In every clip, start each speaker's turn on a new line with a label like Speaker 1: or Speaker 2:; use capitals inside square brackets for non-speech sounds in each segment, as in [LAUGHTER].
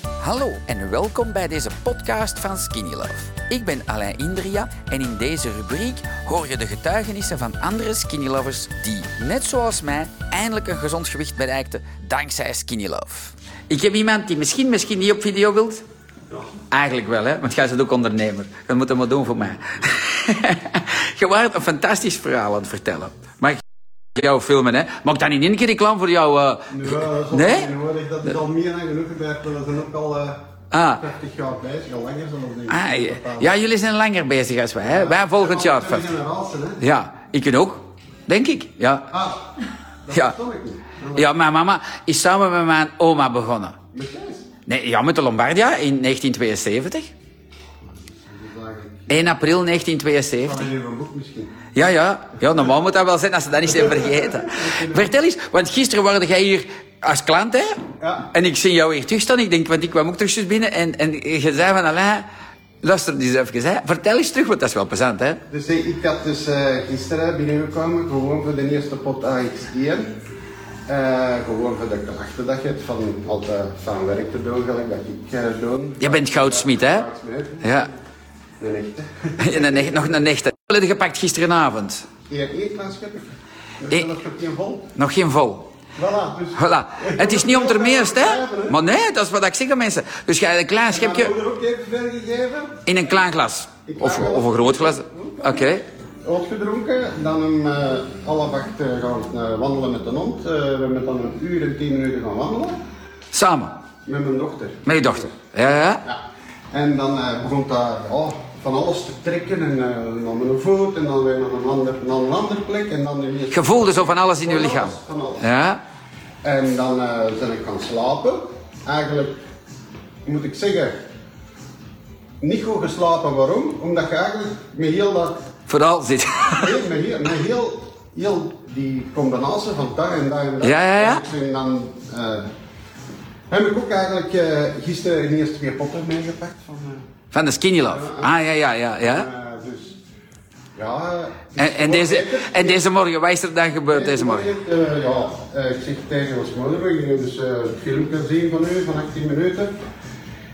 Speaker 1: Hallo en welkom bij deze podcast van Skinny Love. Ik ben Alain Indria en in deze rubriek hoor je de getuigenissen van andere Skinny Lovers die, net zoals mij, eindelijk een gezond gewicht bereikten dankzij Skinny Love. Ik heb iemand die misschien, misschien niet op video wilt. Eigenlijk wel, hè? want jij bent ook ondernemer. Dat moet hem maar doen voor mij. [LAUGHS] je waart een fantastisch verhaal aan het vertellen. Maar ik jou filmen, hè? Mag ik dan in één keer reclame voor jou? eh,
Speaker 2: Ja, dat is al
Speaker 1: Nee?
Speaker 2: niet nodig. Dat is al meer dan genoeg gebeurd. maar We zijn ook al eh
Speaker 1: Ah.
Speaker 2: 50 jaar bezig, al langer zelfs. denk
Speaker 1: Ah,
Speaker 2: ik.
Speaker 1: ja.
Speaker 2: Totaal.
Speaker 1: ja, jullie zijn langer bezig als wij. Hè? Wij volgend
Speaker 2: Ja,
Speaker 1: jaar
Speaker 2: we zijn
Speaker 1: 50.
Speaker 2: generatie, hè?
Speaker 1: Ja, ik ook. Denk ik. Ja.
Speaker 2: Ah, dat
Speaker 1: Ja.
Speaker 2: verstond ik niet.
Speaker 1: ja, mijn mama is samen met mijn oma begonnen.
Speaker 2: Met Kees?
Speaker 1: Nee, ja, met de Lombardia in 1972.
Speaker 2: Dat is eigenlijk...
Speaker 1: 1 april
Speaker 2: Van
Speaker 1: 1972.
Speaker 2: een boek misschien.
Speaker 1: Ja, ja. Ja, normaal moet dat wel zijn als ze dat niet zijn vergeten. Vertel eens, want gisteren waren jij hier als klant, hè?
Speaker 2: Ja.
Speaker 1: En ik zie jou hier terugstaan. Ik denk, want ik kwam ook terug binnen. En, en je zei van, Alain, luister eens even, hè. Vertel eens terug, want dat is wel plezant, hè?
Speaker 2: Dus eh, ik had dus eh, gisteren binnengekomen, gewoon voor de eerste pot AX1. Eh, gewoon voor de klachten dat je hebt, van altijd van werk te doen, gelijk dat ik eh doe.
Speaker 1: Je bent goudsmid, hè? Ja.
Speaker 2: Nee, echt.
Speaker 1: En [LAUGHS] een echt- nog een echte. Hoeveel heb je gepakt gisterenavond?
Speaker 2: [LAUGHS] Hier, één klein schepje.
Speaker 1: Ik-
Speaker 2: Dat is nog geen vol.
Speaker 1: Nog geen vol.
Speaker 2: Voilà, dus...
Speaker 1: Voilà. Het is niet om ter meest, hè?
Speaker 2: Maar
Speaker 1: Maar nee, dat is wat ik zeg aan mensen. Dus jij een klein
Speaker 2: heb je...
Speaker 1: schepje
Speaker 2: moeder ook even veel gegeven,
Speaker 1: in een klein glas. Of, of een groot glas. Oké.
Speaker 2: uitgedronken, dan om eh half acht eh, gaan we eh, wandelen met de hond. Eh, we hebben dan een uur en tien minuten gaan wandelen
Speaker 1: Samen.
Speaker 2: met mijn dochter.
Speaker 1: Met je dochter. Ja, ja.
Speaker 2: Ja. En dan eh, begon dat oh, van alles te trekken en eh, dan met een voet en dan weer naar een ander, naar een andere plek en dan weer...
Speaker 1: Je voelde zo van alles in je lichaam.
Speaker 2: Van alles.
Speaker 1: Ja.
Speaker 2: En dan eh ben ik gaan slapen. Eigenlijk moet ik zeggen, niet goed geslapen. Waarom? Omdat je eigenlijk met heel dat,
Speaker 1: Vooral zit.
Speaker 2: nee, met heel, met heel, heel die combinatie van dag en dag en dag.
Speaker 1: Ja, ja, ja.
Speaker 2: En dan eh, heb ik ook eigenlijk eh, gisteren de eerste twee potten meegepakt. Van, eh,
Speaker 1: [LAUGHS] Van de skinny love. Ah, ja, ja, ja. ja.
Speaker 2: eh, dus, ja. het is
Speaker 1: En, en,
Speaker 2: gewoon
Speaker 1: deze,
Speaker 2: lekker.
Speaker 1: en deze morgen, wat is er dan gebeurd deze morgen?
Speaker 2: Eh, ja, eh, ik zeg tegen ons moeder, we gingen dus eh een filmpje zien van u, van 18 minuten.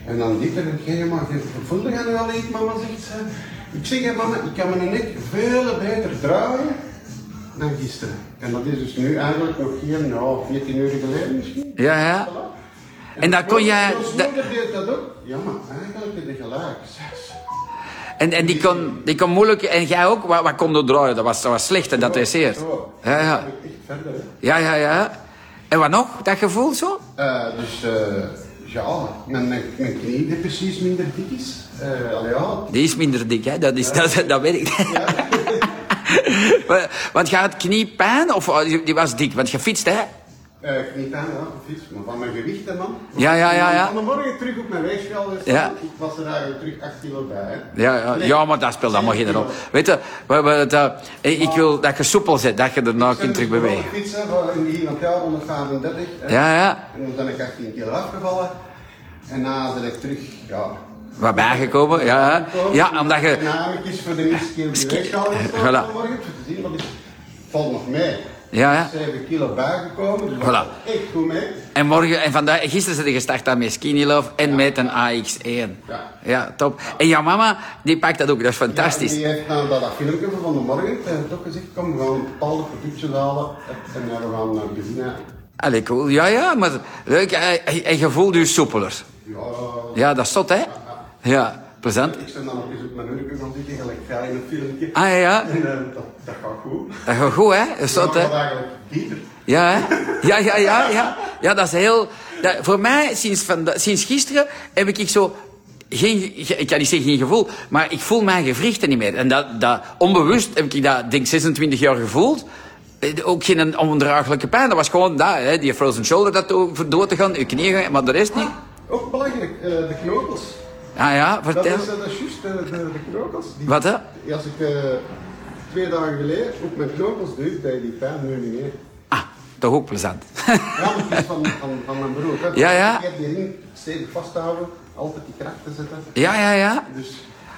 Speaker 2: En dan dit en jij maar, je voelde gaan nu al iets, mama zegt ze. Ik zeg, "Ja, mama, ik kan mijn nek veel beter draaien dan gisteren. En dat is dus nu eigenlijk nog geen, nou, 14 uur geleden misschien.
Speaker 1: Ja, ja. En dan kon jij...
Speaker 2: Ons
Speaker 1: dat-
Speaker 2: moeder deed dat ook. Ja, maar eigenlijk heb je gelijk. zes.
Speaker 1: En, en die, kon, die kon moeilijk, en jij ook, wat, wat kon er draaien? Dat was, dat was slecht en dat dresseert.
Speaker 2: Zo.
Speaker 1: Ja, ja,
Speaker 2: Echt verder, hè.
Speaker 1: ja, ja, ja. En wat nog, dat gevoel zo?
Speaker 2: Eh, dus eh, ja, mijn, mijn, mijn knie die precies minder dik is. Eh, al ja,
Speaker 1: Die is minder dik, hè? Dat, is, dat, dat weet ik. [LAUGHS] Maar- want je had kniepijn, of oh, die die was dik, want je fietst, hè?
Speaker 2: eh, knie aan, ja, precies. Maar van mijn gewicht, hè, man.
Speaker 1: Ja, ja, ja, ja.
Speaker 2: Van de morgen terug op mijn weegschaal. Dus
Speaker 1: Ja.
Speaker 2: Ik was er eigenlijk terug 8 kilo bij. Hè.
Speaker 1: Ja, ja, ja, maar dat speelt allemaal geen rol. Weet je, we hebben het, eh, ik ik wil dat je soepel zit, dat je daarna kunt terugbewegen.
Speaker 2: Fietsen van in die van jaar 135. hè.
Speaker 1: Ja, ja.
Speaker 2: En dan ben ik 18 kilo afgevallen. En na ben ik terug, ja.
Speaker 1: Wat bijgekomen, ja. hè. Ja, omdat
Speaker 2: En
Speaker 1: je...
Speaker 2: dan heb ik eens voor de eerste keer op die
Speaker 1: Ski-
Speaker 2: weegschaal
Speaker 1: eh,
Speaker 2: gestaan
Speaker 1: voilà.
Speaker 2: vanmorgen. Om te zien, wat is... Valt nog mee.
Speaker 1: Ja, ja.
Speaker 2: 7 kilo bijgekomen, dus
Speaker 1: Voilà.
Speaker 2: dat is echt goed mee.
Speaker 1: En morgen en vandaag, gisteren zijn ze gestart aan met Skinny Love en met een AX1.
Speaker 2: Ja.
Speaker 1: top. En jouw mama, die pakt dat ook, dat is fantastisch.
Speaker 2: En die heeft na dat filmpje van vanmorgen eh, toch gezegd, kom, we gaan een bepaalde productjes halen en eh, we gaan naar beginnen.
Speaker 1: Allee, cool. Ja, ja, maar leuk. En- En en je voelt je dus soepeler.
Speaker 2: Ja,
Speaker 1: Ja, dat is tot, hè? Ja, plezant.
Speaker 2: ik ben dan op eens op mijn hurken gaan zitten, gelijk ga in het filmpje.
Speaker 1: Ah ja, ja.
Speaker 2: En eh, dat, dat gaat goed.
Speaker 1: dat gaat goed, hè? Dat eh? is tot,
Speaker 2: dat
Speaker 1: hè?
Speaker 2: gaat eigenlijk dieper.
Speaker 1: Ja, hè? Ja, ja, ja, ja. Ja, dat is heel... Dat, voor mij, sinds, vanda- sinds gisteren, heb ik zo... Geen, ge- ik kan niet zeggen geen gevoel, maar ik voel mijn gewrichten niet meer. En dat, dat, onbewust heb ik dat, denk 26 jaar gevoeld. Eh, Ook geen ondraaglijke pijn. Dat was gewoon dat, hè, die frozen shoulder, dat door door te gaan, je knieën, maar de rest niet.
Speaker 2: Ook belangrijk, eh, de knokels.
Speaker 1: Ah ja,
Speaker 2: Dat
Speaker 1: vertel.
Speaker 2: is, eh, dat is juist, eh, de, de knokels. Die-
Speaker 1: Wat, hè?
Speaker 2: Als ik eh, twee dagen geleden op mijn knokels duw, dat je die pijn nu niet meer.
Speaker 1: Ah, toch ook plezant. [LAUGHS]
Speaker 2: Ja, maar het is van, van, van mijn broer. Hè.
Speaker 1: Ja, ja.
Speaker 2: Ik heb die ring stevig vasthouden, altijd die kracht te zetten.
Speaker 1: ja, ja, ja.
Speaker 2: Dus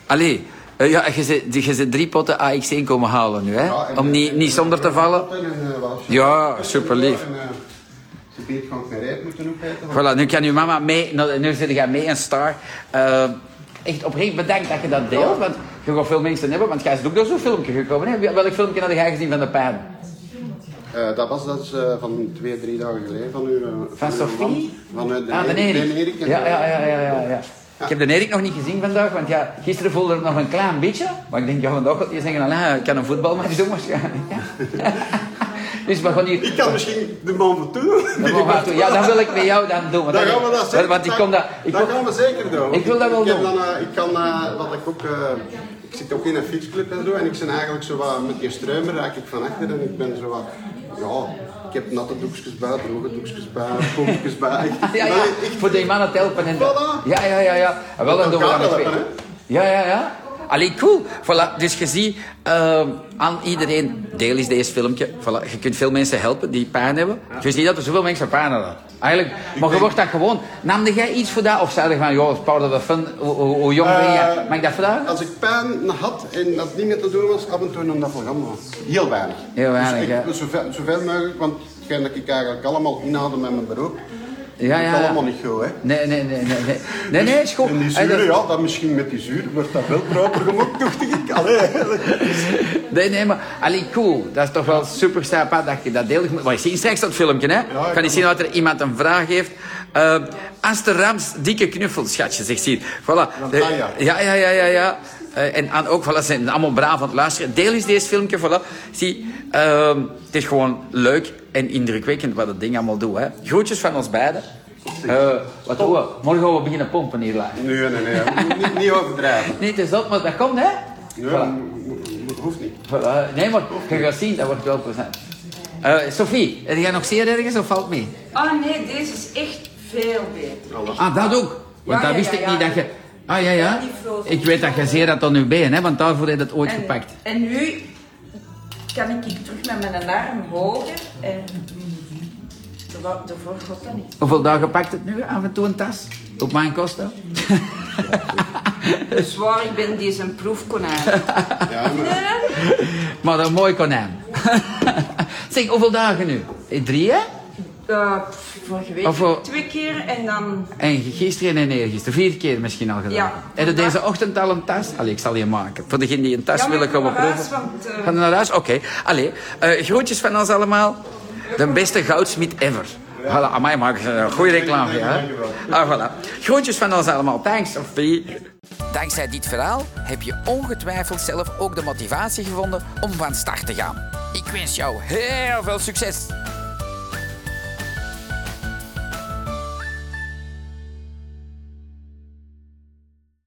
Speaker 1: Allee, eh, ja, je zit je zit drie potten AX1 komen halen nu, hè?
Speaker 2: Ja, en,
Speaker 1: Om
Speaker 2: eh,
Speaker 1: niet,
Speaker 2: en,
Speaker 1: niet
Speaker 2: eh,
Speaker 1: zonder te
Speaker 2: en,
Speaker 1: vallen.
Speaker 2: eh, wel,
Speaker 1: Ja, superlief.
Speaker 2: En, eh, de beet kan ik mijn rijp moeten opeten. want-
Speaker 1: Voilà, nu kan uw mama mee, nou, nu zit jij mee en star. Eh, echt oprecht bedankt dat je dat deelt, want je gaat veel mensen hebben, want jij is ook door zo'n filmpje gekomen. Hè? Welk filmpje had jij gezien van de pijn?
Speaker 2: Eh, dat was dat is, eh, van twee, drie dagen geleden van u.
Speaker 1: Van Sophie?
Speaker 2: Vanuit eh, de,
Speaker 1: ah, de
Speaker 2: Erik.
Speaker 1: Erik.
Speaker 2: de Erik en-
Speaker 1: Ja, ja, ja, ja, ja, ja. Ik heb de Erik nog niet gezien vandaag, want ja, gisteren voelde het nog een klein beetje. Maar ik denk, ja, vandaag gaat hij zeggen, nou, ik kan een voetbalmatch doen waarschijnlijk. [LAUGHS] Ja. dus we gaan hier...
Speaker 2: Ik kan misschien de man van
Speaker 1: [LAUGHS]
Speaker 2: toe.
Speaker 1: Dan mogen we toe- Ja, dan wil ik met jou dan doen. want
Speaker 2: Dan
Speaker 1: dan-
Speaker 2: gaan we dat zeker
Speaker 1: Want ik kom dat... Ik
Speaker 2: dat
Speaker 1: kom-
Speaker 2: gaan we zeker doen.
Speaker 1: Ik wil dat wel
Speaker 2: ik heb
Speaker 1: doen.
Speaker 2: Dan, eh, ik kan, eh, wat ik ook... eh, ik zit ook in een fietsclub en zo. En ik ben eigenlijk zo wat... Met die struimer raak ik van achter en ik ben zo wat... Ja, ik heb natte doekjes bij, droge doekjes bij, [LAUGHS] pompjes bij. Ik-
Speaker 1: Ja, ja,
Speaker 2: wel, ik-
Speaker 1: voor die mannen te helpen. En
Speaker 2: Voilà.
Speaker 1: Ja, ja, ja, ja. En wel, dan
Speaker 2: Dat
Speaker 1: doen we
Speaker 2: kan
Speaker 1: dat met
Speaker 2: wel,
Speaker 1: twee.
Speaker 2: hè?
Speaker 1: Ja, ja, ja. Allee, cool. Voilà, dus je ziet ehm, aan iedereen, deel is deze filmpje. Voilà. Je kunt veel mensen helpen die pijn hebben. Je ziet dat er zoveel mensen pijn hebben. Eigenlijk, maar je wordt dat gewoon. Namde jij iets voor dat? Of zei je van, joh, it's part of the fun. Hoe, hoe- hoe jong ben je?
Speaker 2: Eh,
Speaker 1: Mag ik dat vragen?
Speaker 2: Als ik pijn had en dat niet meer te doen was, af en toe nam dat programma. Heel weinig.
Speaker 1: Heel weinig,
Speaker 2: dus ik,
Speaker 1: ja.
Speaker 2: zoveel, zoveel mogelijk, want hetgeen dat ik eigenlijk allemaal inhouden met mijn beroep,
Speaker 1: Ja,
Speaker 2: dat
Speaker 1: ja,
Speaker 2: is
Speaker 1: ja.
Speaker 2: allemaal niet goed, hè.
Speaker 1: Nee, nee, nee, nee. Nee, nee, nee is goed.
Speaker 2: En die
Speaker 1: En dat-
Speaker 2: zuur, ja, dat misschien met die zuur wordt dat wel proper gemaakt, dacht ik. Allee,
Speaker 1: Nee, nee, maar allee, cool. Dat is toch wel super sap hè, dat je dat deel moet. Maar je ziet straks dat filmpje, hè?
Speaker 2: ik
Speaker 1: kan je
Speaker 2: kan-
Speaker 1: zien dat er iemand een vraag heeft? Eh Aster Rams, dikke knuffel, schatje, zegt hier. Voilà. De-
Speaker 2: Tanja.
Speaker 1: ja, ja, ja, ja. ja. Eh, en aan, ook, voilà, ze zijn allemaal braaf aan het luisteren. Deel is deze filmpje, voilà. Zie, ehm, het is gewoon leuk en indrukwekkend wat dat ding allemaal doet. Hè. Groetjes van ons beiden. Eh, wat doen we? Morgen gaan we beginnen pompen hier. laat.
Speaker 2: Nee, nee, nee. Niet, niet overdrijven.
Speaker 1: Nee, het is dat, maar dat komt, hè?
Speaker 2: Nee,
Speaker 1: Voilà.
Speaker 2: mo- mo- hoeft niet.
Speaker 1: Voilà. Nee, maar je gaat zien, dat wordt wel plezant. Eh Sophie, heb jij nog zeer ergens of valt mee?
Speaker 3: Ah nee, deze is echt veel beter.
Speaker 1: Ah, dat ook. Want
Speaker 3: Ja,
Speaker 1: dat
Speaker 3: ja,
Speaker 1: wist
Speaker 3: ja,
Speaker 1: ik
Speaker 3: ja.
Speaker 1: niet dat je... Ah, ja, ja.
Speaker 3: Ja, die frozen.
Speaker 1: Ik weet dat je zeer had aan je been, hè, want daarvoor heb je dat ooit
Speaker 3: En,
Speaker 1: gepakt.
Speaker 3: en nu kan ik hier terug met mijn arm hoger en terwijl- daarvoor gaat dat niet.
Speaker 1: Hoeveel dagen pakt het nu af en toe een tas? Op mijn kosten? [LAUGHS]
Speaker 3: Zwaar, ik ben deze een proefkonijn.
Speaker 1: [LAUGHS]
Speaker 2: Ja, maar
Speaker 1: maar een mooi konijn. [LAUGHS] zeg, hoeveel dagen nu? Eh, Drie, hè?
Speaker 3: Eh, pff, vorige week
Speaker 1: Of wel-
Speaker 3: twee keer en dan
Speaker 1: En gisteren en eergisteren. Vier keer misschien al gedaan.
Speaker 3: Ja.
Speaker 1: Heb je deze ochtend al een tas? Allee, ik zal je maken. Voor degenen die een tas
Speaker 3: Ja, maar
Speaker 1: willen
Speaker 3: ik ga
Speaker 1: komen
Speaker 3: naar
Speaker 1: proeven.
Speaker 3: huis, want, eh,
Speaker 1: Gaan we naar huis? Oké. Allee, eh, groetjes van ons allemaal. De beste goudsmit ever. Voilà, amai, maken ze een goede reclame.
Speaker 2: Dank je,
Speaker 1: hè?
Speaker 2: dank je wel.
Speaker 1: Ah, voilà. Groetjes van ons allemaal. Thanks, Sophie. Dankzij dit verhaal heb je ongetwijfeld zelf ook de motivatie gevonden om van start te gaan. Ik wens jou heel veel succes.